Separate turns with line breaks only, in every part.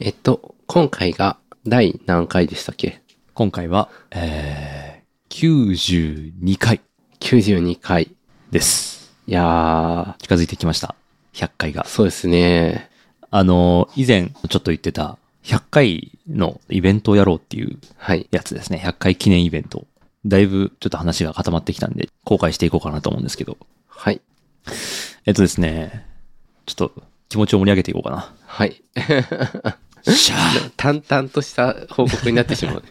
えっと、今回が第何回でしたっけ
今回は、えー、92回
?92 回。
です。
いや
近づいてきました。100回が
ー、。そうですね。
あのー、以前ちょっと言ってた、100回のイベントをやろうっていう
はい。
やつですね。100回記念イベント。だいぶちょっと話が固まってきたんで、公開していこうかなと思うんですけど。
はい。
えっとですね、ちょっと気持ちを盛り上げていこうかな。
はい。
しゃー
淡々とした報告になってしまうね。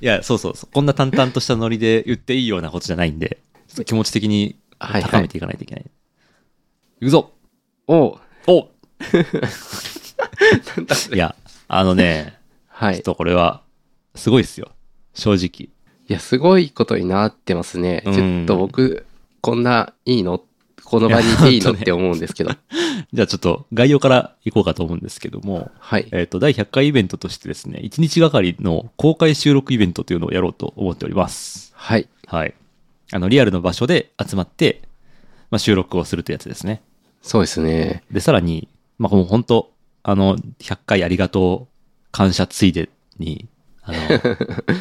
いや、そうそうそう。こんな淡々としたノリで言っていいようなことじゃないんで、ちょっと気持ち的に
はいはい
高めていかないといけない。行くぞ
おう
お
淡々と
いや、あのね、
は
ちょ
い。
っ
い
とこれは、すごいですよ。正直。
や、すごいことになってますね。
うん
ちょっと僕、こんないいのこの場にいていいのって思うんですけ ど。
じゃあちょっと概要からいこうかと思うんですけども、
はい。
えっ、と、第100回イベントとしてですね、1日がかりの公開収録イベントというのをやろうと思っております。
はい。
はい。あの、リアルの場所で集まって、まあ、収録をするというやつですね。
そうですね。
で、さらに、まあ、もう本当あの、100回ありがとう、感謝ついでに、あの、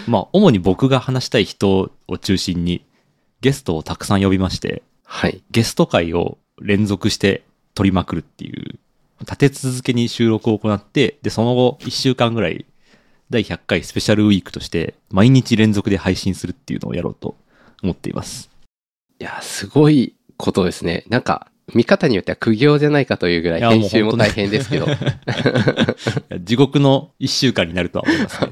まあ、主に僕が話したい人を中心に、ゲストをたくさん呼びまして、
はい。
ゲスト会を連続して撮りまくるっていう、立て続けに収録を行って、で、その後1週間ぐらい、第100回スペシャルウィークとして、毎日連続で配信するっていうのをやろうと思っています。
いや、すごいことですね。なんか、見方によっては苦行じゃないかというぐらい
いやもう
編集も
本当ね
大変ですけど。
地獄の1週間になるとは思いますね。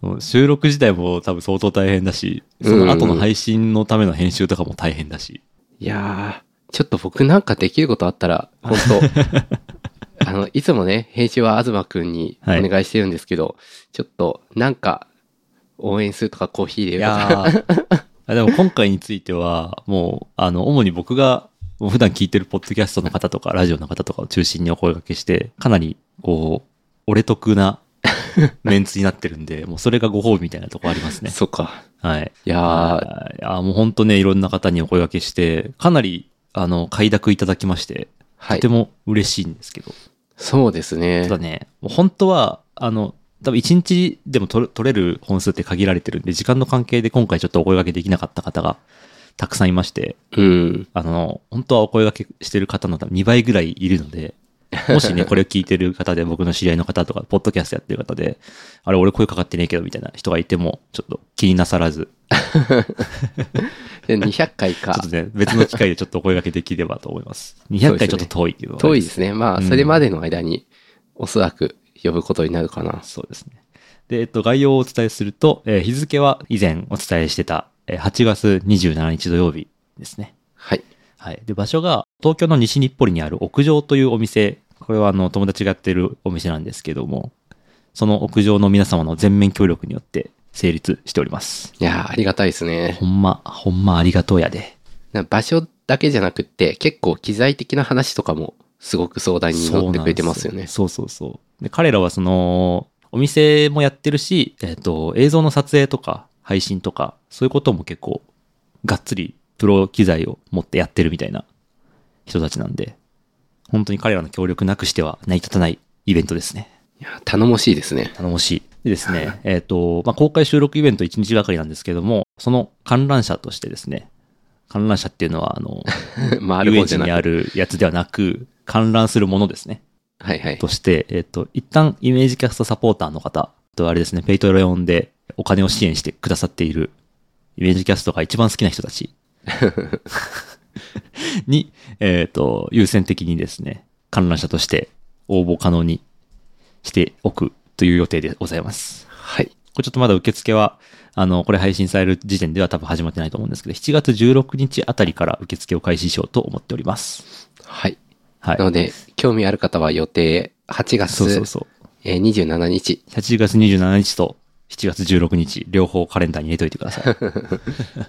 もう収録自体も多分相当大変だし、その後の配信のための編集とかも大変だし。
いやー、ちょっと僕なんかできることあった ら、本当あの、いつもね、編集は東くんにお
はい
願いしてるんですけど、ちょっとなんか、応援するとかコーヒー入れ
い
るとか、
やーあでも今回については、もう、あの、主に僕が、もう普段聞いてるポッドキャストの方とか、ラジオの方とかを中心にお声掛けして、かなり、こう、俺得なメンツになってるんで、もうそれがご褒美みたいなとこあり ますね。
そっか。
はい。
いやー、
あーもう本当ね、いろんな方にお声掛けして、かなり、あの、快諾いただきまして、
は
と
い
て。も嬉しいんですけど。
そうですね
た。だね、もう本当は、あの、多分1日でも取れ取れる本数って限られてるんで、時間の関係で今回ちょっとお声掛けできなかった方がたくさんいまして、
うん。
あの、本当はお声掛けしてる方の多分2倍ぐらいいるの で、もしね、これを聞いてる方で、僕の知り合いの方とか、ポッドキャストやってる方で、あれ、俺声かかってねえけど、みたいな人がいても、ちょっと気になさらず、
で200回か
ちょっと。ね、別の機会でちょっとお声掛けできればと思い ます。200回ちょっと遠いけど、
遠いですね。まあ、
うん
それまでの間に、おそらく呼ぶことになるかな。
そうですね。で、えっと、概要をお伝えすると、えー日付は以前お伝えしてた、えー8月27日土曜日ですね。
はい。
はい。で、場所が東京の西日暮里にある屋上というお店。これはあの、友達がやってるお店なんですけども、その屋上の皆様の全面協力によって成立しております。
いやー、ありがたいですね。
ほんま、ほんまありがとうやで。
な場所だけじゃなくって結構機材的な話とかもすごく相談に乗ってくれてますよね。
そうそうそう。で、彼らはその、お店もやってるし、えっ、と、映像の撮影とか、配信とか、そういうことも結構、がっつり、プロ機材を持ってやってるみたいな人たちなんで、本当に彼らの協力なくしては成り立たないイベントですね。
いや頼もしいですね。
頼もしい。でです ね、えっ、と、まあ、公開収録イベント1日がかりなんですけども、その観覧車としてですね、観覧車っていうのは、あの、
まあ、ある
遊
もん
園
じ
地
ゃな
に
く
あるやつではなく、観覧するものですね。
はいはい。
として、えっ、と、一旦イメージキャストサポーターの方、とあれですね、ペイトレオンでお金を支援してくださっている、イメージキャストが一番好きな人たち に、えっ、と、優先的にですね、観覧者として応募可能にしておくという予定でございます。
はい。
これちょっとまだ受付は、あの、これ配信される時点では多分始まってないと思うんですけど、7月16日あたりから受付を開始しようと思っております。
はい。
はい
な。ので、興味ある方は予定8月
そうそうそう。
えー27日。
8月27日と7月16日、両方カレンダーに入れといてください。
よ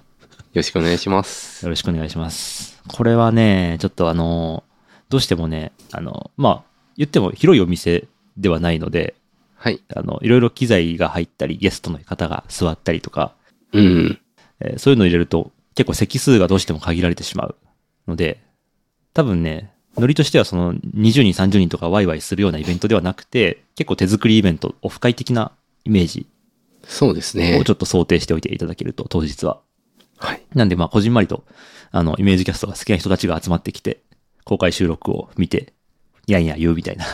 ろしくお願いします。
よろしくお願いします。これはね、ちょっとあの、どうしてもね、あの、まあ、言っても広いお店ではないので、
はい。
あの、いろいろ機材が入ったり、ゲストの方が座ったりとか、
うん。
えーそういうのを入れると、結構席数がどうしても限られてしまうので、多分ね、ノリとしてはその20人、30人とかワイワイするようなイベントではなくて、結構手作りイベント、オフ会的なイメージ
そうですね
をち。ょっと想定しておいていただけると、当日は。
はい。
なんでまあ、こじんまりと、あの、イメージキャストが好きな人たちが集まってきて、公開収録を見て、いやいや言うみた いな。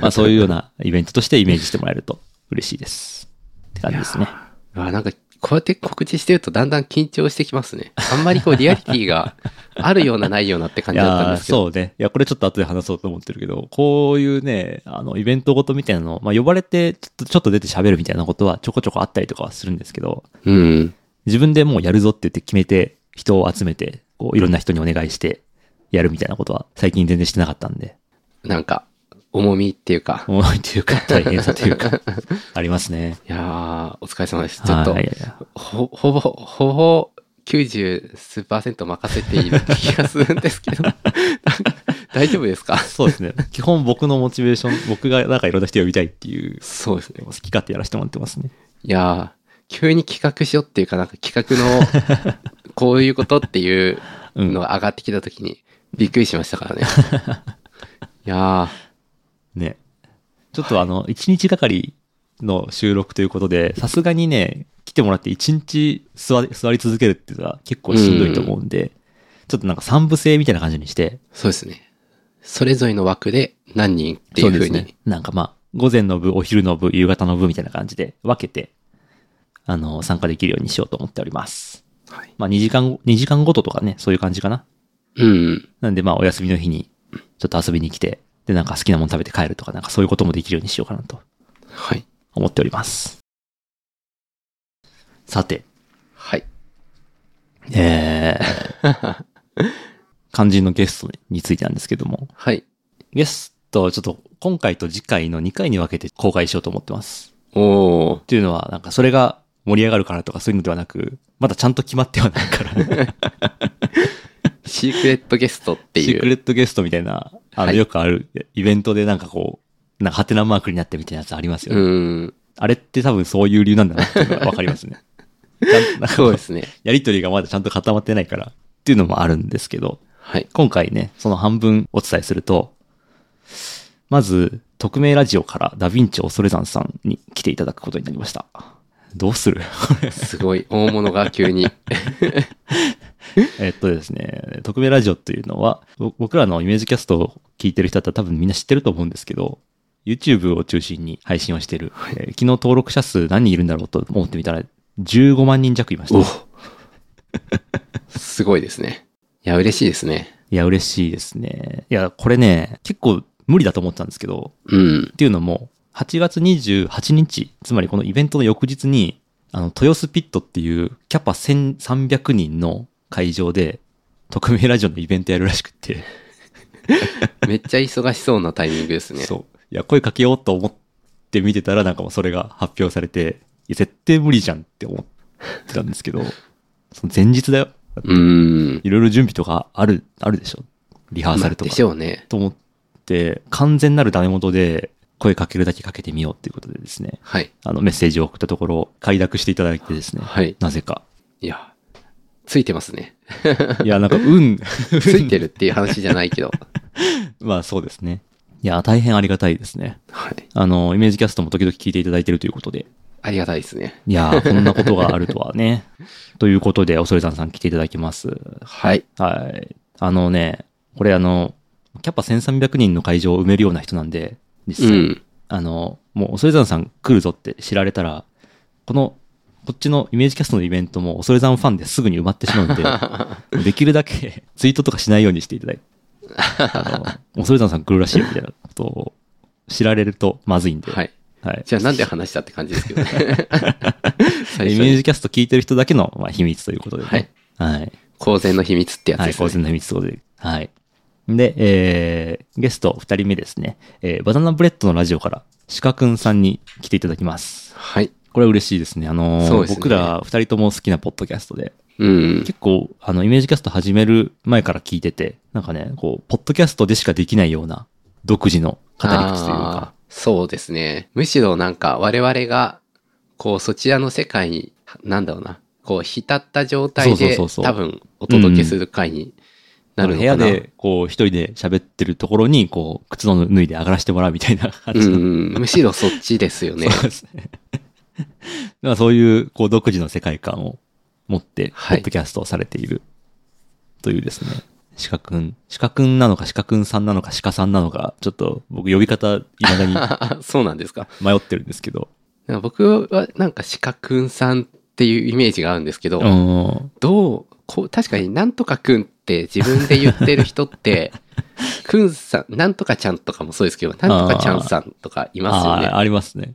まあ、そういうようなイベントとしてイメージしてもらえると嬉しいです。って感じですね。
あなんか、こうやって告知してるとだんだん緊張してきますね。あんまりこうリアリティがあるようなないようなって感じ
い
だったん
やー
ですけど。
そうね。いや、これちょっと後で話そうと思ってるけど、こういうね、あの、イベントごとみたいなの、まあ、呼ばれてちょっと、ちょっと出て喋るみたいなことはちょこちょこあったりとかはするんですけど、
うん。
自分でもうやるぞって言って決めて、人を集めて、こう、いろんな人にお願いして、やるみたいなことは最近全然してなかったんで、
なんか、重みっていうか。
重いという か、大変さというか、ありますね。
いやー、お疲れ様です。ちょっと
はい、いやいや
ほ、 ほぼ、ほぼ、90数パーセント任せている気がするんですけど、 大丈夫ですか
そうですね。基本僕のモチベーション、僕がなんかいろんな人呼びたいっていう、
そうですね。
好き勝手やらせてもらってますね。
いやー、急に企画しようっていうかなんか企画 の、こういうことっていう
うん
のが上がってきた時に、びっくりしました からね。いや
ね。ちょっとあの、1日がかりの収録ということで、さすがにね、来てもらって1日座座り続けるっていうのは結構しんどいと思うんで、ちょっとなんか三部制みたいな感じにして、
ー、そうですね。それぞれの枠で何人っていう
そう
ふ
で
う
す
に。
ね。なんかまあ、午前の部、お昼の部、夕方の部みたいな感じで分けて、あの、参加できるようにしようと思っております。
はい、
まあ、2時間、2時間ごととかね、そういう感じかな。
うん。
なんでまあ、お休みの日に、ちょっと遊びに来て、で、なんか好きなもの食べて帰るとか、なんかそういうこともできるようにしようかなと
はい。
思っております。さて、
はい。
えー、肝心のゲストについてなんですけども、
はい。
ゲストをちょっと今回と次回の2回に分けて公開しようと思ってます。
おー。
というのは、なんかそれが盛り上がるからとかそういうのではなく、まだちゃんと決まってはないから、
シークレットゲストって
シ
い
ークレ
う。
ットゲストみたいな、あ
は
の、
い
よくあるイベントでなんかこう、なんかハテナマークになってみたいなやつありますよ
う
ね。
ん。
あれって多分そういう理由なんだなっていうのがわかりま すね。ちゃんなんかこ
そうですね。
やりとりがまだちゃんと固まってないからっていうのもあるんですけど、
はい。
今回ね、その半分お伝えすると、まず、匿名ラジオからダヴィンチ恐れ山さんに来ていただくことになりました。どうする
すごい、大物が急に。
えっとですね、匿名ラジオっていうのは、ぼ僕らのイメージキャストを聞いてる人だったら多分みんな知ってると思うんですけど、YouTube を中心に配信をしてる。えー昨日登録者数何人いるんだろうと思ってみたら、15万人弱いました。
すごいですね。いや、嬉しいですね。
いや、嬉しいですね。いや、これね、結構無理だと思ってたんですけど、
うん
っ。ていうのも、8月28日、つまりこのイベントの翌日に、あの、豊洲ピットっていうキャパ1300人の会場で、特命ラジオのイベントやるらしくって、
めっちゃ忙しそうなタイミングですね。
そう。いや、声かけようと思って見てたら、なんかもうそれが発表されて、いや、絶対無理じゃんって思ってたんですけど、その前日だよ。
うーん。
いろいろ準備とかある、あるでしょリハーサルとか。
でしょうね。
と思って、完全なるダメ元で声かけるだけかけてみようっていうことでですね、
はい。
あのメッセージを送ったところ、快諾していただいてですね、
はい。
なぜか。
いや、ついてます ね。
いや、なんか、運、
ついてるっていう話じゃないけど。
まあそうですね。いや、大変ありがたいですね。
はい。
あの、イメージキャストも時々聞いていただいてるということで、
ありがたいですね。
いや、こんなことがあるとは ね。ということで、恐れ山さん来ていただきます。
はい。
はい。あのね、これあの、キャパ1300人の会場を埋めるような人なんで、
う
実際、
ん。
あの、もう、恐れ山さん来るぞって知られたら、この、こっちのイメージキャストのイベントも、恐れ山ファンですぐに埋まってしま うんで、できるだけ ツイートとかしないようにしていただいて、 あの、恐れ山さん来るらしいよみたいなことを知られるとまずいんで、。
はいい。じゃあなんで話したって感じですけどね。 最初
イメー
に
ジキャスト聞いてる人だけの、まあ、秘密ということで、
はい。
はい。
公然の秘密ってやつ
は
で
い、
す
構
ね。
成の秘密ということで。はい。で、えー、ゲスト2人目ですね、えーバナナブレッドのラジオから、鹿くんさんに来ていただきます。
はい。
これは嬉しいですね。あのー
そうですね
僕ら二人とも好きなポッドキャストで、
うん。
結構、あの、イメージキャスト始める前から聞いてて、なんかね、こう、ポッドキャストでしかできないような独自の語り口というか
あ、ーそうですね。むしろなんか我々が、こうそちらの世界に、なんだろうな、こう浸った状態
そうそう
で
そうそう
多分お届けする回になるの
部
かな。
屋で、こう、一人で喋ってるところに、こう、靴の脱いで上がらせてもらうみたいな感
う
じの。
ん、むしろそっちですよね。
そうですね。だからそういう、こう、独自の世界観を持って、ポ
はい
ッドキャストをされている、というですね。鹿くん、鹿くんなのか鹿くんさんなのか鹿さんなのか、ちょっと僕呼び方、未 だに
そうなんですか。
迷ってるんですけど。
なんか僕はなんか鹿くんさんっていうイメージがあるんですけど、
うん。
どうこう確かになんとかくんって自分で言ってる人って くんさんなんとかちゃんとかもそうですけどなんとかちゃんさんとかいますよね
あ
あ
ーありますね。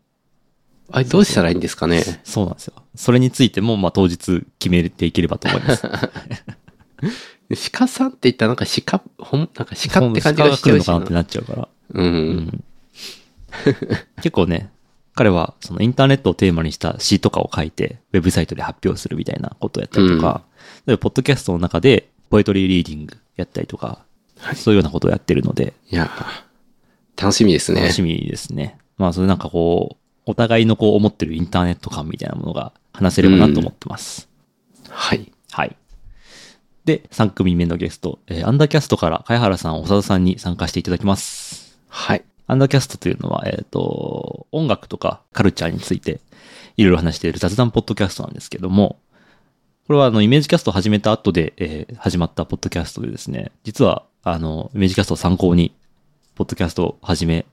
れどうしたらいいんですかね
そうなんですよ。それについても、まあ、当日決めていければと思い ます。
鹿さんって言ったらなんか鹿ほんなんか鹿って感じがしてるし
そ
な
の鹿が来るのかなってなっちゃうから。
う
うんん結構ね、彼はそのインターネットをテーマにした詩とかを書いて、ウェブサイトで発表するみたいなことをやったりとか、例えばポッドキャストの中で、ポエトリーリーディングやったりとか、そういうようなことをやってるので、
いや楽しみですね
楽しみですね。まあ、それなんかこう、お互いのこう思ってるインターネット感みたいなものが話せればなと思ってます。
はい
はい。で、3組目のゲスト、えーアンダーキャストから、茅原さん、長田さんに参加していただきます。
はい
アンダーキャストというのは、えっ、と、音楽とかカルチャーについて、いろいろ話している雑談ポッドキャストなんですけども、これはあの、イメージキャストを始めた後で、えー始まったポッドキャストでですね、実は、あの、イメージキャストを参考に、ポッドキャストを始め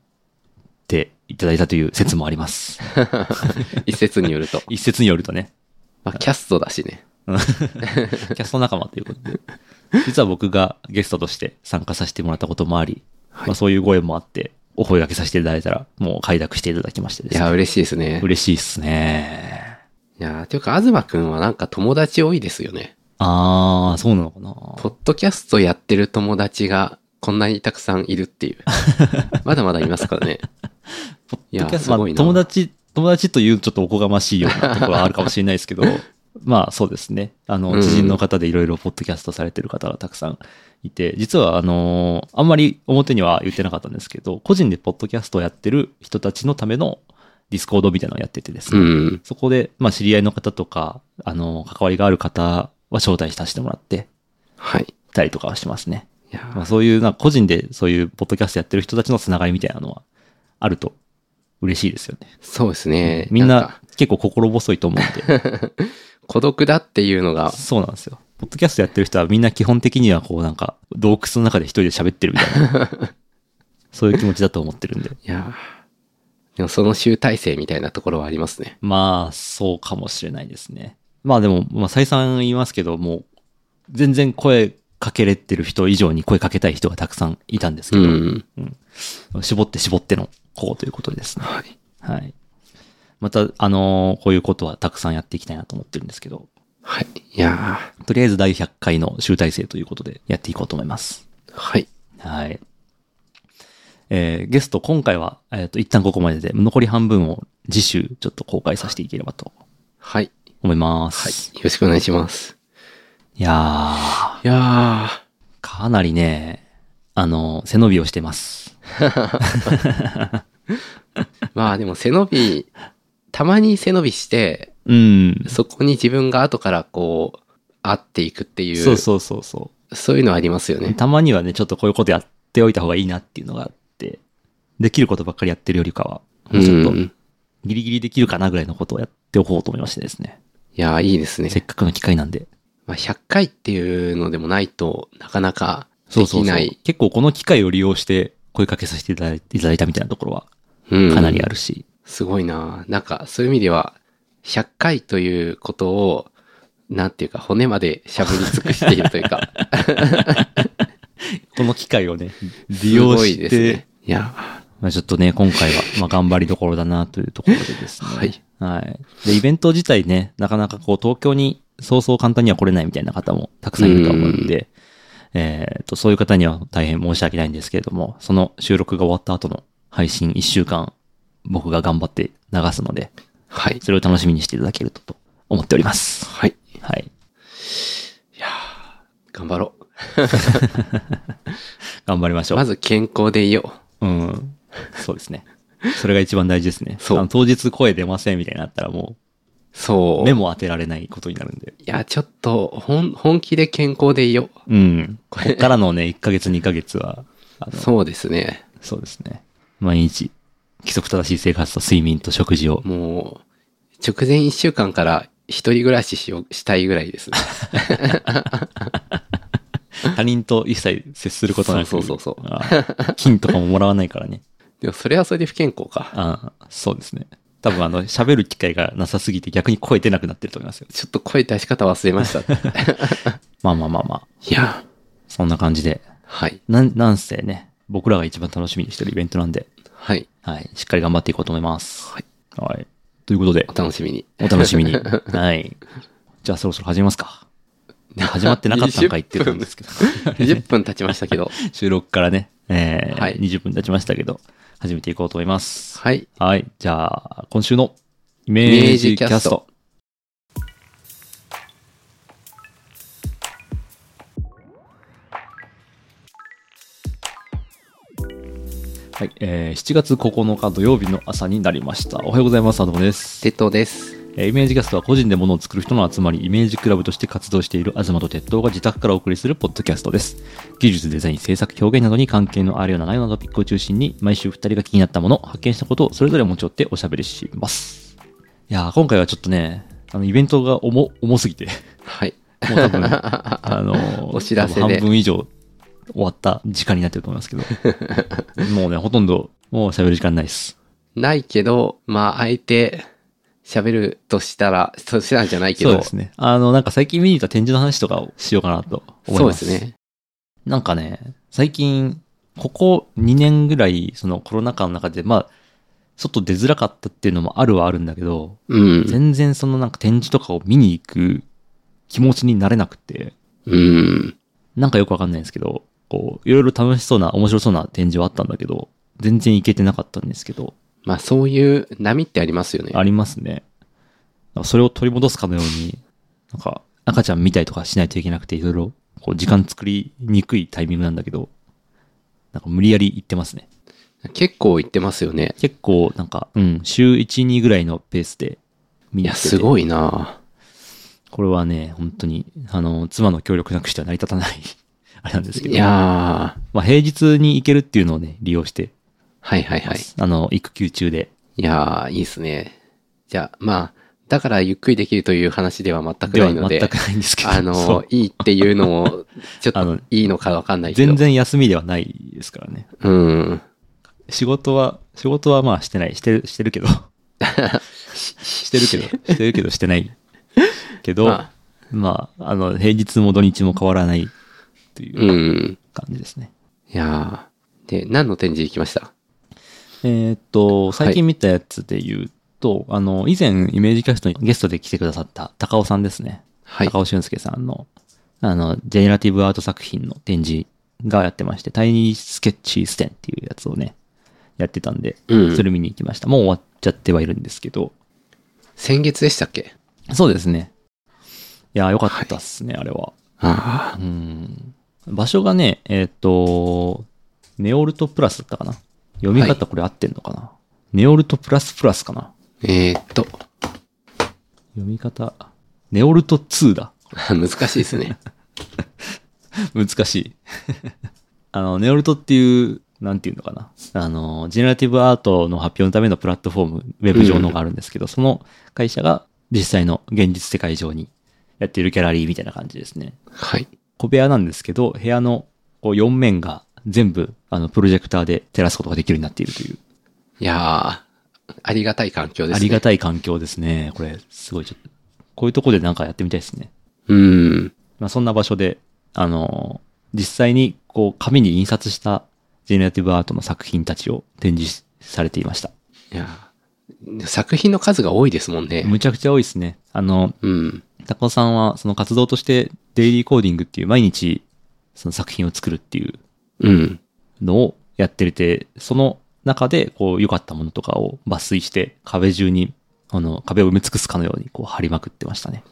ていただいたという説もあります。
一説によると、
一説によるとね、
まあ、キャストだしね
キャスト仲間ということで。実は僕がゲストとして参加させてもらったこともあり、まあそういうご縁もあって、お声掛けさせていただいたら、もう快諾していただきましてで
い
す
や
ね。
嬉しいですね
嬉しいっすね。
いやというか東くんはなんか友達多いですよ ね
あー、そうなのかな
ポッドキャストやってる友達がこんなにたくさんいるって いう。まだまだいますからね。いや、す
まあ
ごいな。
友達、友達というちょっとおこがましいようなところはあるかもしれないです けど、まあそうですね。あ
う
の、
ん
知人の方でいろいろポッドキャストされてる方がたくさんいて、実はあの、あんまり表には言ってなかったんですけど、個人でポッドキャストをやってる人たちのためのディスコードみたいなのをやっててです
う
ね。
ん。
そこで、まあ知り合いの方とか、あの、関わりがある方は招待させてもらって、
はい。い
たりとかはしてますね。まあ、
や、
そういうな、個人でそういうポッドキャストやってる人たちのつながりみたいなのはあると嬉しいですよね。
そうですね。
みん
か
な結構心細いと思うんで。
孤独だっていうのが、
そうなんですよ。ポッドキャストやってる人はみんな基本的にはこうなんか洞窟の中で一人で喋ってるみたいな。 そういう気持ちだと思ってるんで。
いや、でもその集大成みたいなところはありますね。
まあ、そうかもしれないですね。まあでも、まあ再三言いますけど、もう全然声かけれてる人以上に声かけたい人がたくさんいたんですけ
う
ど、
ん。
絞って絞ってのこうということですね。
はい。
はい。また、あのーこういうことはたくさんやっていきたいなと思ってるんですけど、
はい。いや、
とりあえず第100回の集大成ということでやっていこうと思います。
はい。
はい。えーゲスト、今回は、えっ、と、一旦ここまでで、残り半分を次週ちょっと公開させていければと
はい。
思いま
はい。
す。
よろしくお願いします。
い。やー、
いや
かなりね、あのー背伸びをしてます。
ー、まあでも背伸び、たまに背伸びして、
うん。
そこに自分が後からこう、会っていくっていう、
そうそうそうそ
そういうのはありますよ
う。
ね。
たまにはね、ちょっとこういうことやっておいた方がいいなっていうのがあって、できることばっかりやってるよりかは、もうちょっと
うん
ギリギリできるかなぐらいのことをやっておこうと思いましてですね。
いやー、いいですね
せ。っかくの機会なんで。
まあ、100回っていうのでもないとなかなかできない。う
結構この機会を利用して声かけさせていただいいただいたみたいなところは
ん
かなりあるし。
すごいななんか、そういう意味では、100回ということを、なんていうか、骨までしゃぶり尽くしているというか、
この機会をね、 利
す
用
ごい
し
です
て、
ね。いや、
まあちょっとね、今回は、まあ頑張りどころだなというところでですね。
はい。
はい。で、イベント自体ね、なかなかこう、東京にそうそう簡単には来れないみたいな方もたくさんいると思うので、えっと、そういう方には大変申し訳ないんですけれども、その収録が終わった後の配信1週間、僕が頑張って流すので、
はい。
それを楽しみにしていただけるとと思っております。
はい。
はい。
頑張ろ
頑張りまし
う。
ょう。
まず健康でいよ
うん。そうですね。それが一番大事ですね。
そう
あの当日声出ませんみたいになったらもう、
そう。
目も当てられないことになるんで。
いや、ちょっと、ほん、本気で健康でいよ
うん。こっからのね、1ヶ月、2ヶ 月は、あの
う。そうですね。
そうですね。毎日、規則正しい生活と睡眠と食事を。
もう、直前1週間から一人暮らししよう、したいぐらい です。
他人と一切接することなく。
そうそうそうそう
あー金とかももらわないからね。
でも、それはそれで不健康か。
あーそうですね。多分あの、喋る機会がなさすぎて逆に声出なくなってると思いますよ。
ちょっと声出し方忘れま した。い
まあまあまあまあ。
や、
そんな感じで。
はい、
なん、なんせね、僕らが一番楽しみにしてるイベントなんで、
はい、
はい。しっかり頑張っていこうと思います。
はい。
はい。ということで
お、楽しみに。
お楽しみに。はい。じゃあそろそろ始めますか。始まってなかったんかいっていう感 じですけど。
20分経ちましたけど、
収録からね、えー
はい
20分経ちましたけど、始めていこうと思います。
はい、
はい。じゃあ、今週のイメージキャスト。はい、えー7月9日土曜日の朝になりました。おはようございます。アドモです。
鉄道です。
えーイメージキャストは個人で物を作る人の集まり、イメージクラブとして活動している東と鉄道が自宅からお送りするポッドキャストです。技術、デザイン、制作、表現などに関係のあるような内容なトピックを中心に、毎週二人が気になったもの、発見したことをそれぞれ持ち寄っておしゃべりします。いやー、今回はちょっとね、あの、イベントが重、重すぎて、
はい、
もう多分、あのー
お知らせで
多分半分以上終わった時間になってると思いますけど、もうね、ほとんど、もう喋る時間ないです。
ないけど、まあ、相手、喋るとしたら、としたらじゃないけ
そう
ど
で、すね。あの、なんか最近見に行った展示の話とかをしようかなと思い
そう
ま。
ですす。ね。
なんかね、最近、ここ2年ぐらい、そのコロナ禍の中で、まあ、外出づらかったっていうのもあるはあるんだけど、
うん。
全然そのなんか展示とかを見に行く気持ちになれなくて、
うん。
なんかよくわかんないんですけど、こう、いろいろ楽しそうな、面白そうな展示はあったんだけど、全然行けてなかったんですけど、
まあ、そういう波ってありますよね。
ありますね。なんかそれを取り戻すかのように、なんか赤ちゃん見たりとかしないといけなくて、いろいろこう時間作りにくいタイミングなんだけど、なんか無理やり行ってますね。
結構行ってますよね。
結構なんか、うん、週1、2ぐらいのペースで見
い
に
や、
行ってて
すごいな
これはね、本当に、あの、妻の協力なくしては成り立たない、 あれなんですけ
い
ど、
やー
まあ平日に行けるっていうのをね、利用して
はいはいは
ま
い。
す、あの、育休中で。
いやーいいですね。じゃあ、まあ、だからゆっくりできるという話では全く
で
な
はい
ので、
全くないん ですけど、
あ
そ
の
う、
いいっていうのも、ちょっ
あの
といいのかわかんないけど。
全。然休みではないですからね。
うん。
仕事は、仕事はまあしてない。してる、してる けど。
し
してるけど、してるけどして ない。けど、
ま。
まあ、あの、平日も土日も変わらないといううん感じですね。
いやーで、何の展示行きました
えーっと、最近見たやつで言うと、あの、以前イメージキャストにゲストで来てくださった高尾さんですね。
はい。
高尾俊介さんの、あの、ジェネラティブアート作品の展示がやってまして、タイニースケッチステンっていうやつをね、やってたんで、
うん
それ見に行きました。もう終わっちゃってはいるんですけど、
先月でしたっけ
そうですね。いや、よかったっすね、あれは。
あ
うん。場所がね、えっ、と、ネオルトプラスだったかな読み
はい
方これ合ってんのかな、ネオルトプラスプラスかな
あ。えー、っと、
読み方、ネオルト2だ。
難しいですね。
難しい。 あの、ネオルトっていう、なんていうのかな。あの、ジェネラティブアートの発表のためのプラットフォーム、ウェブ上のがあるんですけど、その会社が実際の現実世界上にやってるギャラリーみたいな感じですね。
はい。
小部屋なんですけど、部屋のこう4面が全部あのプロジェクターで照らすことができるようになっているという、
いやーありがたい環境ですね。
ありがたい環境ですね。これ、すごいちょっと、こういうとこでなんかやってみたいですね。
うん。
まあ、そんな場所で、あのー実際にこう紙に印刷したジェネラティブアートの作品たちを展示されていました。
いやー作品の数が多いですもんね。
むちゃくちゃ多いですね。あの、
うん。
タコさんはその活動としてデイリーコーディングっていう毎日その作品を作るっていう
うん。
のをやってて、その中で、こう、良かったものとかを抜粋して、壁中に、あの、壁を埋め尽くすかのように、こう、貼りまくってましたね。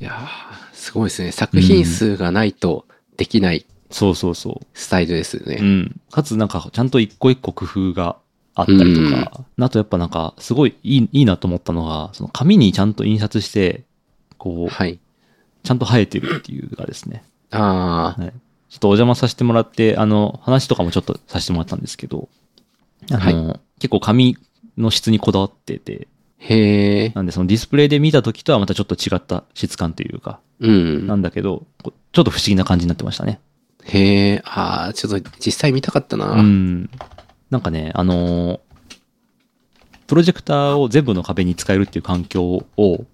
いやーすごいですね。作品数がないとできない
そうそうそ
スタイルですよ
う。
ね。
うん。かつ、なんか、ちゃんと一個一個工夫があったりとか、あとやっぱなんか、すごいいいいいなと思ったのが、その紙にちゃんと印刷して、こう、
はい。
ちゃんと生えてるっていうのがですね、
ああ、
はい、ちょっとお邪魔させてもらって、あの、話とかもちょっとさせてもらったんですけど、あの、結構紙の質にこだわってて、
へえ。
なんでそのディスプレイで見た時とはまたちょっと違った質感というか、
うん
な。んだけど、こうちょっと不思議な感じになってましたね。
へえ、ああ、ちょっと実際見たかったな。
うん。なんかね、あのープロジェクターを全部の壁に使えるっていう環境を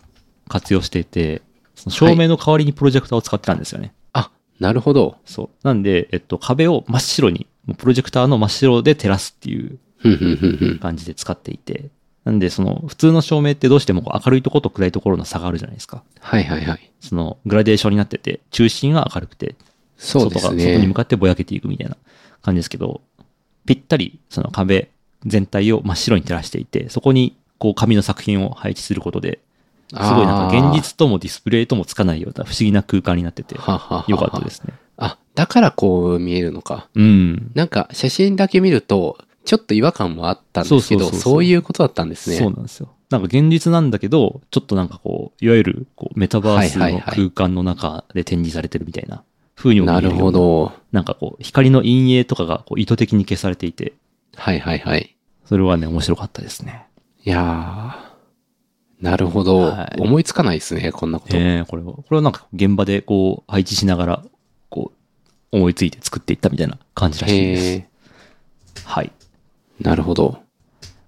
活用していて、その照明の代わりにプロジェクターを使ってたんですよね。
あ、なるほど。
そう。なんで、えっと、壁を真っ白に、もうプロジェクターの真っ白で照らすっていう
ふんふんふんふん。
感じで使っていて、なんで、その、普通の照明ってどうしてもこう明るいところと暗いところの差があるじゃないですか。
はいはいはい。
その、グラデーションになってて、中心が明るくて、
そうです
外が外に向
ね。
かってぼやけていくみたいな感じですけど、ぴったりその壁全体を真っ白に照らしていて、そこにこう紙の作品を配置することで、すごいなんか現実ともディスプレイともつかないような不思議な空間になってて、よ
はははは
かったですね。
あ、だからこう見えるのか。
うん。
なんか写真だけ見ると、ちょっと違和感もあったんですけ
そうそうそ
ど、
うそう
そういうことだったんですね。
そうなんですよ。なんか現実なんだけど、ちょっとなんかこう、いわゆるこうメタバース
はいは
の
いはい
空間の中で展示されてるみたいな風にも見え
な
る
る
ような。
ほ。ど。
なんかこう、光の陰影とかがこう意図的に消されていて、
はいはいはい。
それはね、面白かったですね。
いやー、なるほど。
はい
思いつかないですね、こんなこと。
ええこれは、これはなんか現場でこう配置しながら、こう、思いついて作っていったみたいな感じらしい
へ
で
え、
す。はい。
なるほど。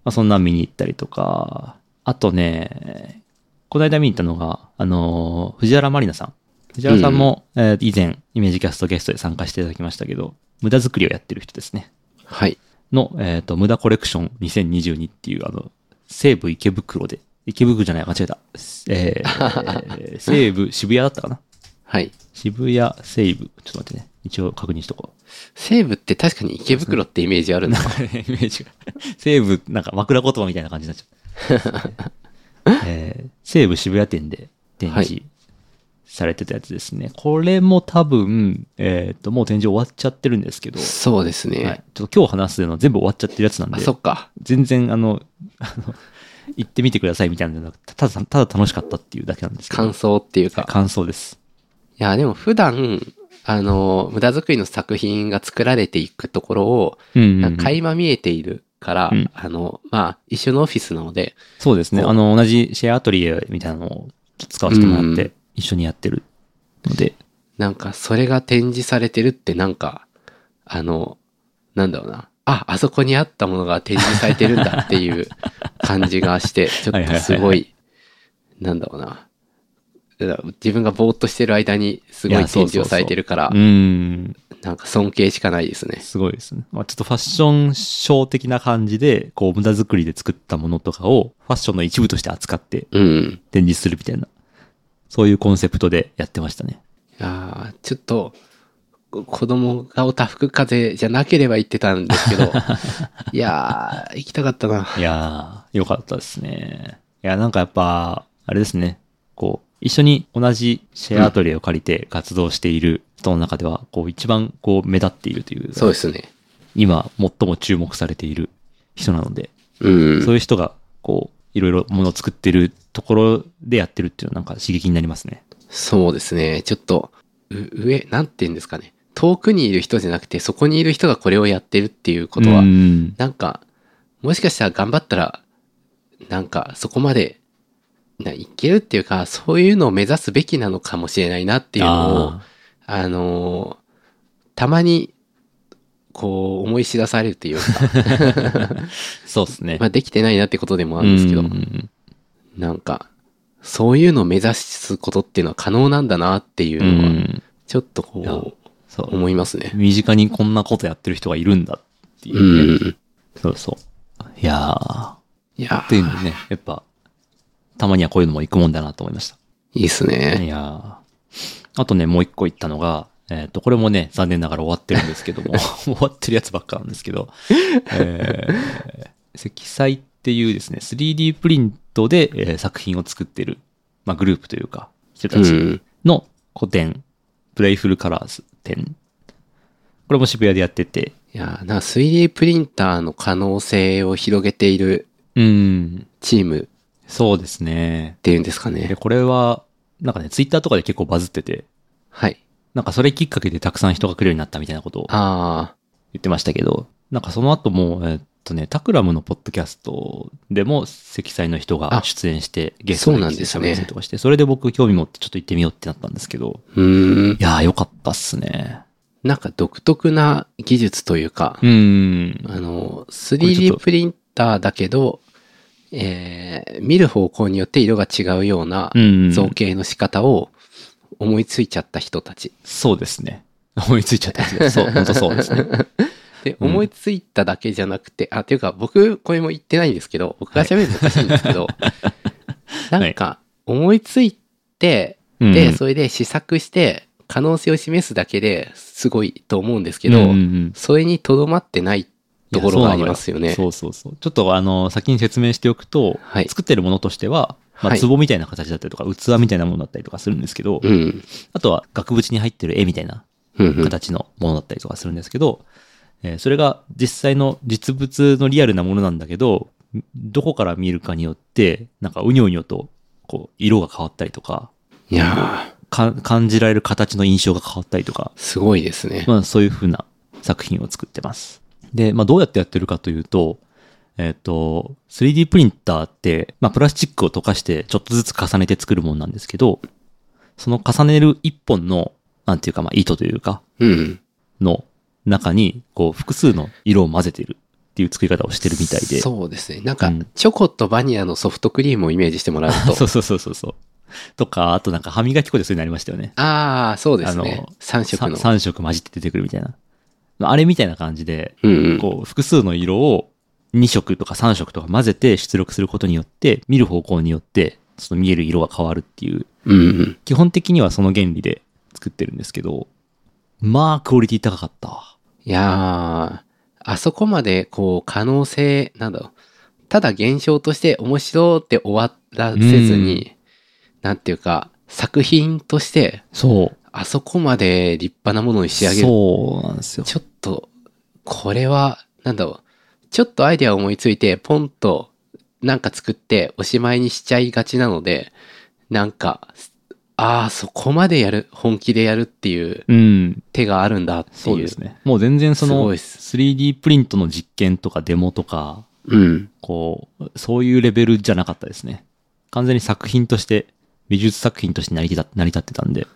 まあ、そんなん見に行ったりとか、あとね、この間見に行ったのが、あのー藤原まりなさん。藤原さんも、えー以前、イメージキャストゲストで参加していただきましたけど、無駄作りをやってる人ですね。
はい。
の、えっ、と、無駄コレクション2022っていう、あの、西武池袋で、池袋じゃない、間違えた。え ー西武渋谷だったかな
はい。
渋谷、西武。ちょっと待ってね。一応確認しとこう。
西武って確かに池袋ってイメージあるな。
イメージが。西武、なんか枕言葉みたいな感じになっちゃ う。えー西武渋谷店で展
は
示されてたやつですね。これも多分、えっ、と、もう展示終わっちゃってるんですけど、
そうですね。
はい、ちょっと今日話すの全部終わっちゃってるやつなん
あ、
で、
そっか。
全然あの、あの行ってみてくださいみたいなのじゃなくて、ただ、ただ楽しかったっていうだけなんですけど、
感想っていうか。
感想です。
いや、でも普段、あの、無駄作りの作品が作られていくところを、
うんうんう
なんんか垣間見えているから、
うん
あの、まあ、一緒のオフィスなので、
そうですね。
そう
あの、同じシェアアトリエみたいなのを使わせてもらっ
う
て
ん、
一緒にやってるので、
なんかそれが展示されてるってなんか、あの、なんだろうな。あ、あそこにあったものが展示されてるんだっていう感じが して、ちょっとすご、
はいはいはいはい
なんだろうな。だから自分がぼーっとしてる間にすご
い
い
やそうそうそう
展示をされてるから
う、ん、
なんか尊敬しかないですね。
すごいですね。まあ、ちょっとファッションショー的な感じで、こう、無駄作りで作ったものとかを、ファッションの一部として扱って
うん。
展示するみたいな、そういうコンセプトでやってましたね。
ああ、ちょっと、こ子供がおたふく風邪じゃなければ行ってたんですけ ど、いやー、行きたかったな。
いやー、よかったですね。いや、なんかやっぱ、あれですね。こう、一緒に同じシェアアトリエを借りて活動している人の中では、こう、一番こう、目立っているというか
そうですね。
今最も注目されている人なので、
うん。
そういう人がこういろいろものを作ってるところでやってるっていうのはなんか刺激になりますね。
そうですね。ちょっと、う上、なんて言うんですかね。遠くにいる人じゃなくて、そこにいる人がこれをやってるっていうことは、
うん
なんか、もしかしたら頑張ったら、なんか、そこまで、ないけるっていうか、そういうのを目指すべきなのかもしれないなっていうのを、
あ
あのーたまに、こう、思い知らされるというか、
ーそうですね。
まあ、できてないなってことでもあるんですけど
う、ん
なんか、そういうのを目指すことっていうのは可能なんだなっていう
う
のは、
ん
ちょっと
いや
こ、
そうう
思いますね。
身近にこんなことやってる人がいるんだっていううね、
ん。
そうそう。いやー、
いや
っていうのでね、やっぱ、たまにはこういうのも行くもんだなと思いました。
いいっすね。
いやーあとね、もう一個言ったのが、えっ、と、これもね、残念ながら終わってるんですけど も、終わってるやつばっかなんですけど、えー積載っていうですね、3D プリントで、えー作品を作ってる、まあ、グループというか、人
う
たち
ん。
の個展、プレイフルカラーズ展。これも渋谷でやってて、
いやー、なんか 3D プリンターの可能性を広げている
うん。
チームっ
そうですね。
ていうんですかね
で、。これは、なんかね、ツイッターとかで結構バズってて、
はい。
なんかそれきっかけでたくさん人が来るようになったみたいなことを
あ
言ってましたけど、なんかその後も、えっとね、タクラムのポッドキャストでも、積載の人が
あ
出演して、ゲストに
そうなん
来て
です
喋
ね
ったりとかして、それで僕興味持ってちょっと行ってみようってなったんですけど、
ー、うーん
い。やーよかったっすね。
なんか独特な技術というか、
うん。
あの、
れちょっ
3D
と
プリンターだけど、えー見る方向によって色が違うような
うん。
造形の仕方を思いついちゃった人たち。
そうですね。思いついちゃったやつだそう、本当そうで すね。
で、
うん
思いついただけじゃなくて、あ、っていうか僕、これも言ってないんですけど、僕が喋るのおかしいんですけ ど、なんか、思いついて、
うん
で、それで試作して、可能性を示すだけですごいと思うんですけ
うん
ど
うんう、ん
それにとどまってないところがありますよ
いや
ね。
そうなのよそうそうそう。ちょっとあの、先に説明しておくと、
はい
作ってるものとしては、ま
は
あ、
い
壺みたいな形だったりとか、器みたいなものだったりとかするんですけど、
うん。
あとは額縁に入ってる絵みたいな
うんうん
形のものだったりとかするんですけど、えーそれが実際の実物のリアルなものなんだけど、どこから見るかによって、なんかうにょうにょと、こう、色が変わったりとか、
いや
か感じられる形の印象が変わったりとか
ー、、すごいですね。
まあ、そういうふうな作品を作ってます。で、まあ、どうやってやってるかというと、えっ、と、3D プリンターって、まあ、プラスチックを溶かして、ちょっとずつ重ねて作るものなんですけど、その重ねる一本の、なんていうか、まあ、糸というか、
うん。
の中に、こう、複数の色を混ぜてるっていう作り方をしてるみたいで。
そうですね。なんか
うん、
チョコとバニラのソフトクリームをイメージしてもらう
そ
と
う。そうそうそうそう。とか、あとなんか歯磨き粉でそういうのありましたよね。
ああ、そうですね
あの。
3色の。
3色混じって出てくるみたいな。まああれみたいな感じで、
うんうん。
こう、複数の色を2色とか3色とか混ぜて出力することによって、見る方向によって、その見える色が変わるっていう、
うんうん。
基本的にはその原理で作ってるんですけど、まあ、クオリティ高かった。
いやー、あそこまで、こう、可能性、なんだろう。ただ現象として面白って終わらせずに、なんていうか、作品として、
そう。
あそこまで立派なものに仕上げる
そうなんですよ。
ちょっと、これは、なんだろう。ちょっとアイデアを思いついて、ポンとなんか作っておしまいにしちゃいがちなので、なんか、ああ、そこまでやる、本気でやるっていう
うん。
手があるんだっていう。
そうですね。もう全然そ
す
の
ごいっす
3D プリントの実験とかデモとか、
うん。
こう、そういうレベルじゃなかったですね。完全に作品として、美術作品として成り立た成り立ってたんで。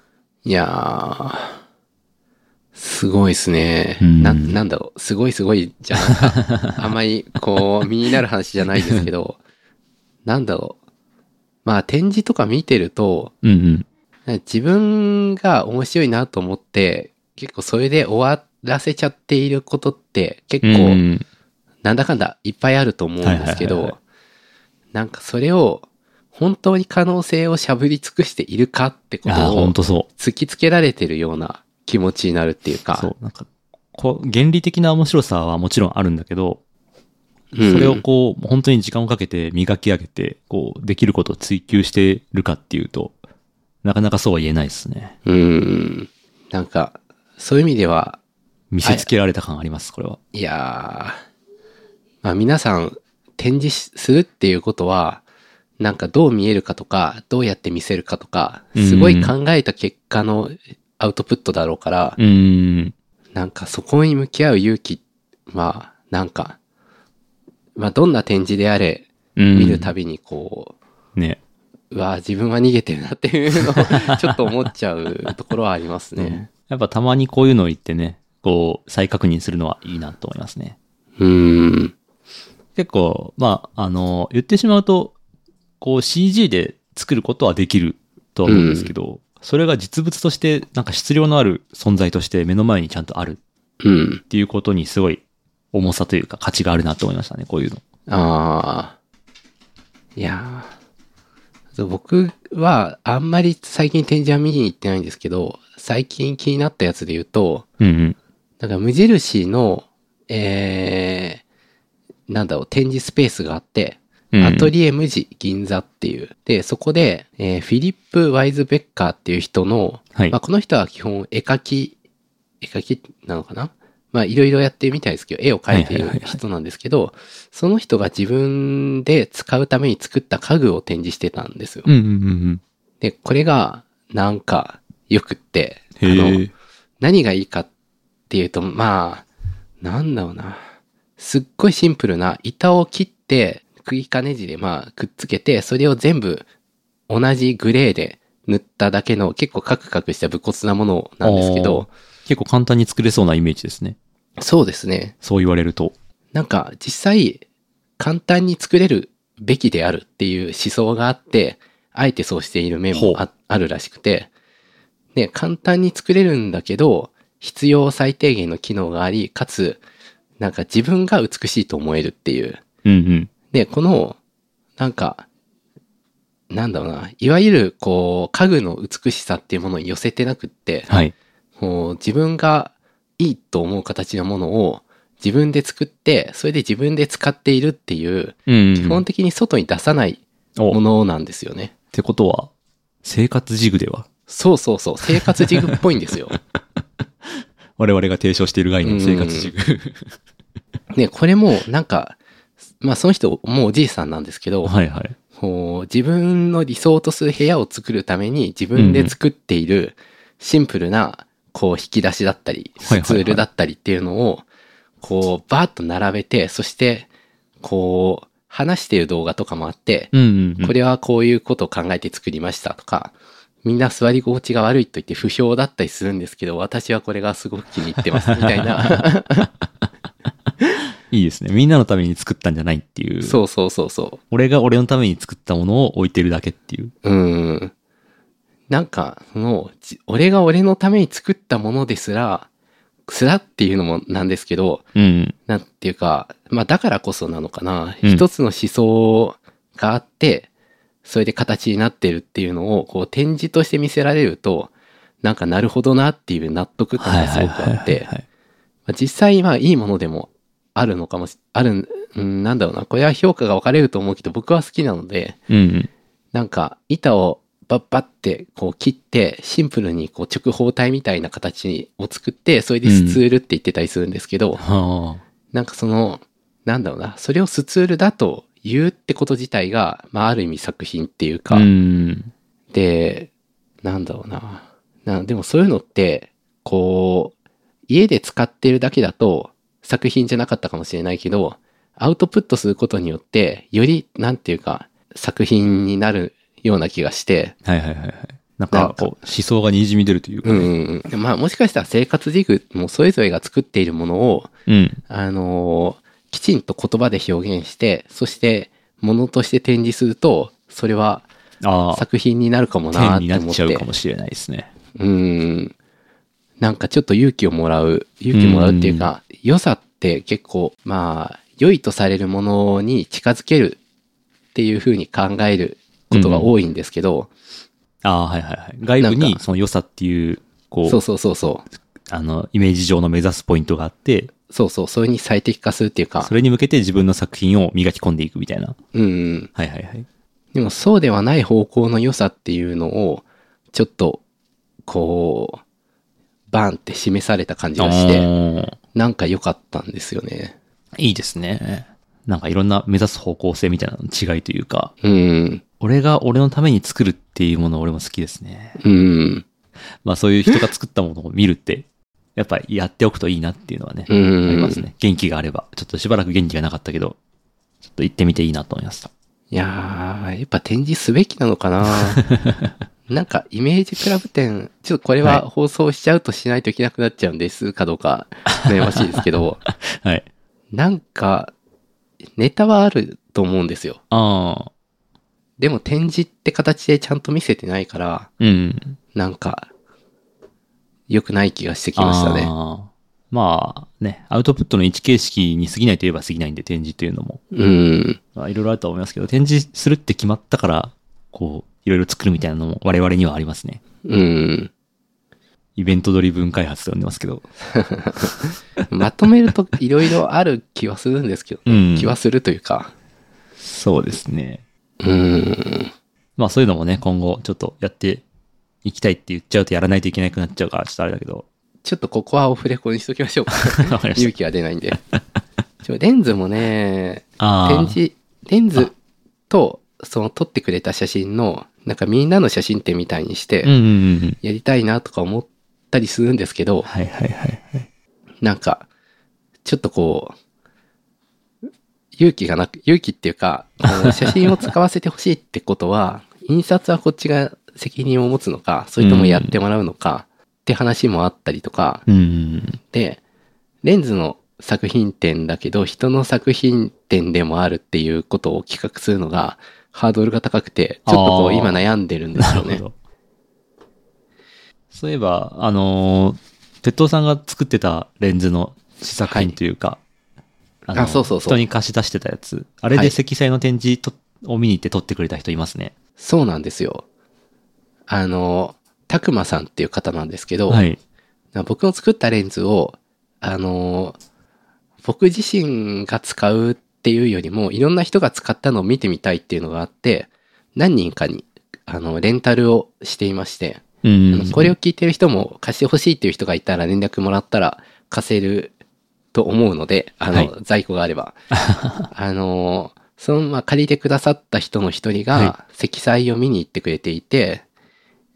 いやー、すごいですね。
うん
な、なんだろう。すごいすごいじゃん。あんまり、こう、身になる話じゃないですけど、なんだろう。まあ、展示とか見てると、
うんうん。
自分が面白いなと思って、結構それで終わらせちゃっていることって結
う
構
ん
なんだかんだいっぱいあると思うんですけ
はいはいはいは
ど、なんかそれを本当に可能性をしゃぶり尽くしているかってこ
ああ、
とを
本当そう。
突きつけられてるような気持ちになるっていうか、
そう、なんか、こう、原理的な面白さはもちろんあるんだけど、
うん
それをこう、本当に時間をかけて磨き上げて、こう、できることを追求してるかっていうと、なかなかそうは言えないですね。
うん、なんかそういう意味では、
見せつけられた感あります、これは。
いやー、まあ皆さん展示しするっていうことは、なんかどう見えるかとか、どうやって見せるかとか、
うん
すごい考えた結果のアウトプットだろうから、
うーん。
なんかそこに向き合う勇気は、なんか、まあどんな展示であれ、
うん
見るたびにこ
ね。
う、うわー自分は逃げてるなっていうのをちょっと思っちゃうところはありますね。
やっぱたまにこういうのを言ってね、こう、再確認するのはいいなと思いますね。
うん。
結構、まあ、あの、言ってしまうと、こう CG で作ることはできるとは思うんですけど、それが実物として、なんか質量のある存在として目の前にちゃんとあるっ
うん。
ていうことにすごい重さというか価値があるなと思いましたね、こういうの。
ああ。いやーそう僕はあんまり最近展示は見に行ってないんですけど、最近気になったやつで言うと、
うん
なんか無印の、えー、なんだろう、展示スペースがあって、
うん。
アトリエ無地銀座っていう。で、そこで、えーフィリップ・ワイズベッカーっていう人の、
はい
まあ、この人は基本絵描き、絵描きなのかなまあいろいろやってみたいですけど、絵を描いている人なんですけど、その人が自分で使うために作った家具を展示してたんですよ。
うんうんうん
で、これがなんか良くって、あ
うん。へ
の
え、。
何がいいかっていうと、まあ、なんだろうな。すっごいシンプルな板を切って、釘かネジでまあくっつけて、それを全部同じグレーで塗っただけの結構カクカクした武骨なものなんですけど、
結構簡単に作れそうなイメージですね。
そうですね。
そう言われると。
なんか実際簡単に作れるべきであるっていう思想があって、あえてそうしている面もああるらしくて、ね、簡単に作れるんだけど、必要最低限の機能があり、かつ、なんか自分が美しいと思えるっていう。
うんうん。
で、この、なんか、なんだろうな、いわゆるこう、家具の美しさっていうものに寄せてなくって、
はい。
こう自分がいいと思う形のものを自分で作って、それで自分で使っているっていう、
うんうんうん。
基本的に外に出さないも
おっ
のなんですよね。
てことは、生活ジグでは、
そうそうそう、生活ジグっぽいんです よ。
我々が提唱している概念、
うん
生活ジグ。
ね、これもなんか、まあその人もうおじいさんなんですけど、
はいはい。
こう自分の理想とする部屋を作るために自分で作っているシンプルなこう引き出しだったり、
はいはいはい
ツールだったりっていうのをこうバーッと並べて、そしてこう話している動画とかもあって、
うんうんうん。
これはこういうことを考えて作りましたとか、みんな座り心地が悪いと言って不評だったりするんですけど、私はこれがすごく気に入ってますみたい な。
いいですね。みんなのために作ったんじゃないっていう。
そうそうそうそう。
俺が俺のために作ったものを置いてるだけっていう。
うん。なんか、その、じ俺が俺のために作ったものですら、すらっていうのもなんですけど、
うん。
なんていうか、まあだからこそなのかな。
うん
一つの思想があって、それで形になってるっていうのを、こう展示として見せられると、なんかなるほどなっていう納得感がすごくあって、まあ実際、まあ、いいものでもあるのかもし、ある、うん、なんだろうな。これは評価が分かれると思うけど、僕は好きなので、
うんうん。
なんか板をバッバッてこう切ってシンプルにこう直方体みたいな形を作ってそれでスツールって言ってたりするんですけど、
は
なんかそのなんだろうなそれをスツールだと言うってこと自体が、まあ、ある意味作品っていう
あ。
か、
うん。
でなんだろうななでもそういうのってこう家で使ってるだけだと作品じゃなかったかもしれないけどアウトプットすることによってよりなんていうか作品になるような気がして、
はいはいはいはい。なん
な
か
ん、か
こう、思想がにじみ出るというか。
うんうんうん。まあもしかしたら生活ジグもそれぞれが作っているものを、
うん。
あのーきちんと言葉で表現して、そして物として展示すると、それは
ああ。
作品になるかもな
点
ー
に
って
なっ
思っ
ちゃう
て。
かもしれないですね。
うん。なんかちょっと勇気をもらう、勇気もらうっていうか、良さって結構、まあ、良いとされるものに近づけるっていうふうに考えることが多いんですけど、
ああ、はいはいはい。外部
なん
に
か
その良さっていう、こう
そうそうそうそう。
あの、イメージ上の目指すポイントがあって、
そうそう、それに最適化するっていうか
そ、れに向けて自分の作品を磨き込んでいくみたいな。
うんうん。
はいはいはい。
でもそうではない方向の良さっていうのをちょっとこうバーンって示された感じがして
て。
なんか良かったんですよね。
いいですね。なんかいろんな目指す方向性みたいなの違いというか、
うん。
俺が俺のために作るっていうもの俺も好きですね。
うん。
まあそういう人が作ったものを見るって、やっぱりやっておくといいなっていうのはね、
う
あ
ん。
りますね。元気があれば。ちょっとしばらく元気がなかったけど、ちょっと行ってみていいなと思いました。
いやー、やっぱ展示すべきなのかななんかイメージクラブ展、ちょっとこれは放送しちゃうとしないといけなくなっちゃうんですかどうか悩ましいですけど、
はい。
なんかネタはあると思うんですよ。
ああ、
でも展示って形でちゃんと見せてないから、
うん。
なんか、良くない気がしてきましたね。
あーまあね、アウトプットの一形式に過ぎないといえば過ぎないんで、展示というのも。
うん。
まあいろいろあると思いますけど、展示するって決まったから、こう、いろいろ作るみたいなのも我々にはありますね。
うん。
イベントドリブン開発と呼んでますけど。
まとめるといろいろある気はするんですけど、
うん
気はするというか。
そうですね。
うん。
まあそういうのもね、今後ちょっとやっていきたいって言っちゃうとやらないといけなくなっちゃうから、ちょっとあれだけど、
ちょっとここはオフレコにしときま しょうか。
わかりま
勇
し
気は出ないんで。ちょレンズもね、
た。あ
展
ー
示、レンズと、その撮ってくれた写真の、なんかみんなの写真展みたいにして
うん、うんうんうん。
やりたいなとか思ったりするんですけど、
はいはいはいはい。
なんか、ちょっとこう、勇気がなく、勇気っていうか、あ の写真を使わせてほしいってことは、印刷はこっちが責任を持つのか、それともやってもらうのか、って話もあったりとか、
うんうん
で、レンズの作品展だけど、人の作品展でもあるっていうことを企画するのが、ハードルが高くて、ちょっとこ
あ
う
ー
今悩んでるん
うん。
で
な
す
る
よ
ほ
ね。
ど。そういえば、あのー、鉄道さんが作ってたレンズの試作品というか、の
あそうそうそう
人に貸し出してたやつ。あれ
は
で
い
積載の展示と、を見に行って撮ってくれた人いますね。
そうなんですよ。あの、たくまさんっていう方なんですけど、
はい。
な僕の作ったレンズを、あのー僕自身が使うっていうよりも、いろんな人が使ったのを見てみたいっていうのがあって、何人かに、あの、レンタルをしていまして、
うん
あのこれを聞いてる人も貸してほしいっていう人がいたら連絡もらったら貸せると思うので、あの、
はい
在庫があれ ば。あのーその、まあ、借りてくださった人の一人
は
が、積載を見に行ってくれていて、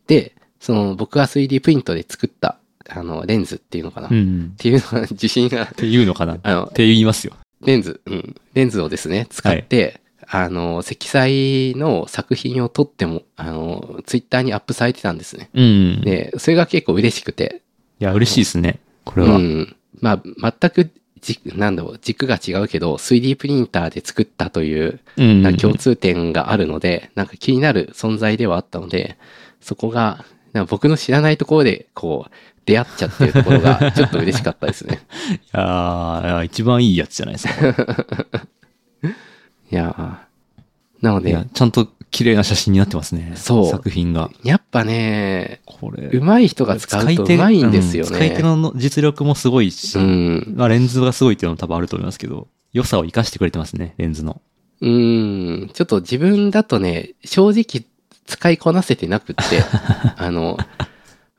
で、その、僕が 3D プリントで作った、あの、レンズっていうのかな、
う
っ
ん。
ていうのが、 自信が
っ、ていうのかなっ
あの、
て言いますよ。
レンズ、うん、レンズをですね、使って、あの、積載の作品を撮っても、あの、ツイッターにアップされてたんですね。
うん。い
で、それが結構嬉しくて、
や、嬉しいですね。これ
う
は。
ん。まあ、全くじ、なんだろう、軸が違うけど、3D プリンターで作ったという、
うん
なんか共通点があるので、なんか気になる存在ではあったので、そこが、なんか僕の知らないところで、こう、出会っちゃってるところが、ちょっと嬉しかったです ね。
いやー一番いいやつじゃないで すか。
いやーなの
いや
で、
ちゃんと綺麗な写真になってますね。
そう
作品が。
やっぱね、
これ。
上手い人が使うと
使手
上手いんですよ
うん使い
ね。
手の実力もすごいし、
うん。
まあ、レンズがすごいっていうのも多分あると思いますけど、良さを生かしてくれてますね、レンズの。
うん。ちょっと自分だとね、正直使いこなせてなくって、 あの、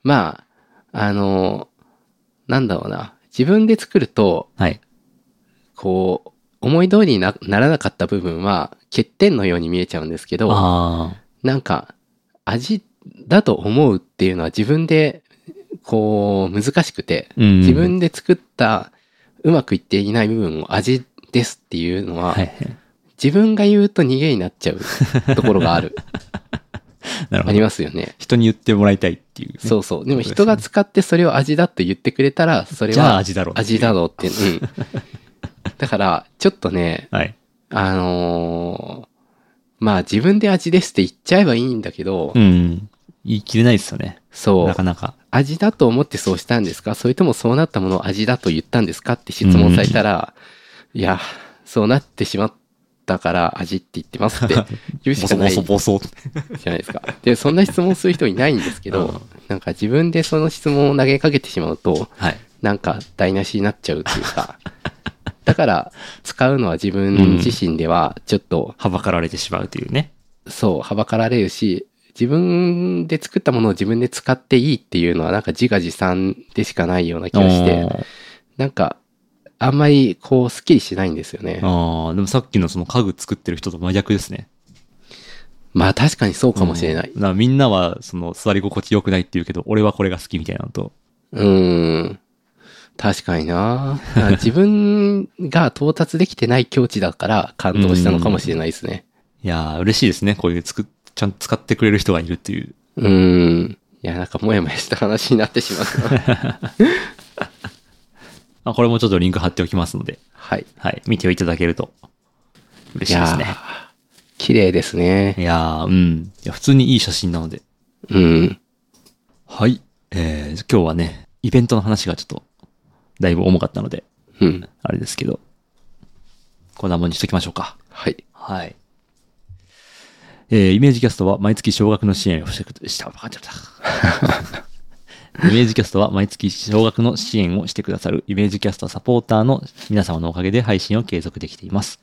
まあ、あの、なんだろうな。自分で作ると、
はい。
こう、思い通りになならなかった部分は欠点のように見えちゃうんですけど、
あ
なんか、味だと思うっていうのは自分で、こう、難しくて、
ーうん。
自分で作ったうまくいっていない部分を味ですっていうのは、
はいはい。
自分が言うと逃げになっちゃうところがある。
なる
あ
ほ
り
ど。
ますよね。
人に言ってもらいたいっていうね、
そうそう。でも
そうですね
人が使ってそれを味だって言ってくれたら、それ
じゃあ
は
味だろう。
味だろうって。うん。だから、ちょっとね、
はい。
あのーまあ自分で味ですって言っちゃえばいいんだけど、
うん。言い切れないですよね。
そ
な
う
か。なか。
味だと思ってそうしたんですかそれともそうなったものを味だと言ったんですかって質問されたら、いや、そうなってしまったから味って言ってますって言うしか
ボソ
な
ボ
いじ
ソボソ。
ゃないですか。で、そんな質問する人いないんですけど、
うん
なんか自分でその質問を投げかけてしまうと、
はい。
なんか台無しになっちゃうっていう か、だから使うのは自分自身ではちょっと、
はばかられてしまうというね。
そう、はばかられるし、自分で作ったものを自分で使っていいっていうのはなんか自画自賛でしかないような気がして
お、ー
なんか、あんまりこう、スッキリしないんですよね。
ああ、でもさっきのその家具作ってる人と真逆ですね。
まあ確かにそうかもしれない。
うん。なみんなはその座り心地良くないって言うけど、俺はこれが好きみたいなのと。
うーん。確かにななんか自分が到達できてない境地だから感動したのかもしれないですね。
いやー、嬉しいですね。こういう作っ、ちゃんと使ってくれる人がいるっていう。
うーん。いや、なんかもやもやした話になってしまう な。
まあ、これもちょっとリンク貼っておきますので、
はい。
はい。見ていただけると嬉しいです
や
ね。
ー綺麗ですね
い。やー、うん。いや、普通にいい写真なので。
うん。
はい。えー、今日はね、イベントの話がちょっと、だいぶ重かったので、
うん。
あれですけど、こんなもんにしときましょうか。
はい。
はい。えーイメージキャストは毎月少額の支援をしてくれした。わかっち ゃった。イメージキャストは毎月少額の支援をしてくださるイメージキャストサポーターの皆様のおかげで配信を継続できています。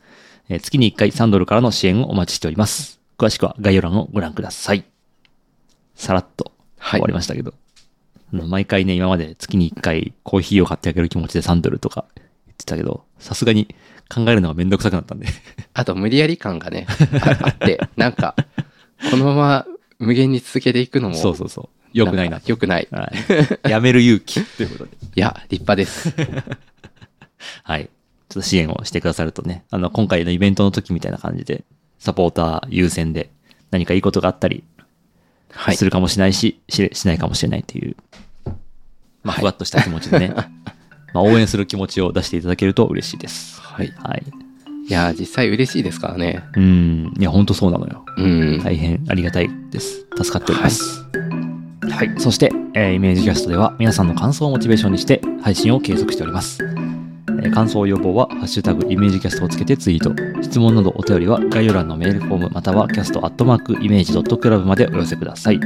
えー月に1回3ドルからの支援をお待ちしております。詳しくは概要欄をご覧ください。さらっと
はい
終わりましたけど。うん毎回ね、今まで月に1回コーヒーを買ってあげる気持ちで3ドルとか言ってたけど、さすがに考えるのがめんどくさくなったんで。
あと無理やり感がね、ああって、なんか、このまま無限に続けていくのも、
そうそうそう。よくないな
よ。良くない。
はい。 やめる勇気ということで。
いや、立派です。
はい。ちょっと支援をしてくださるとね、あの、今回のイベントの時みたいな感じで、サポーター優先で何かいいことがあったり
はい
す。るかもしれないし、ししないかもしれないっていう、まあ、
はい
ふわっとした気持ちで ね、まあ、応援する気持ちを出していただけると嬉しいです。
はい。
はい。
いや、実際嬉しいですからね。
うん。いや、ほんとそうなのよ。
うん。
大変ありがたいです。助かっております。
はい。
そして、えーイメージキャストでは皆さんの感想をモチベーションにして配信を継続しております。えー感想要望は、ハッシュタグイメージキャストをつけてツイート。質問などお便りは概要欄のメールフォームまたはキャストアットマークイメージドットクラブまでお寄せください。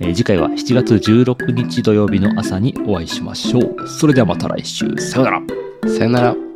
えー次回は7月16日土曜日の朝にお会いしましょう。それではまた来週。さようなら。
さよなら。